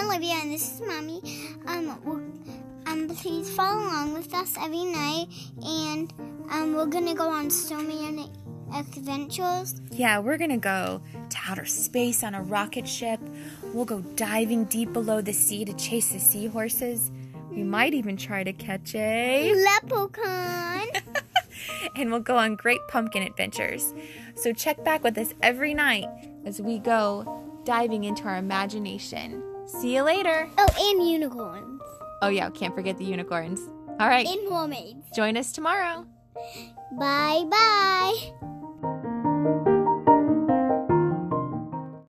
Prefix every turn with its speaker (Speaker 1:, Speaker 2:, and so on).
Speaker 1: Olivia, and this is Mommy. Um, we'll, um, please follow along with us every night, and um, we're gonna go on so many adventures.
Speaker 2: Yeah, we're gonna go to outer space on a rocket ship. We'll go diving deep below the sea to chase the seahorses. We might even try to catch a.
Speaker 1: Leprechaun.
Speaker 2: And we'll go on great pumpkin adventures. So check back with us every night as we go diving into our imagination. See you later.
Speaker 1: oh, and unicorns.
Speaker 2: Oh, yeah, can't forget the unicorns. All right,
Speaker 1: And mermaids.
Speaker 2: join us tomorrow.
Speaker 1: Bye bye.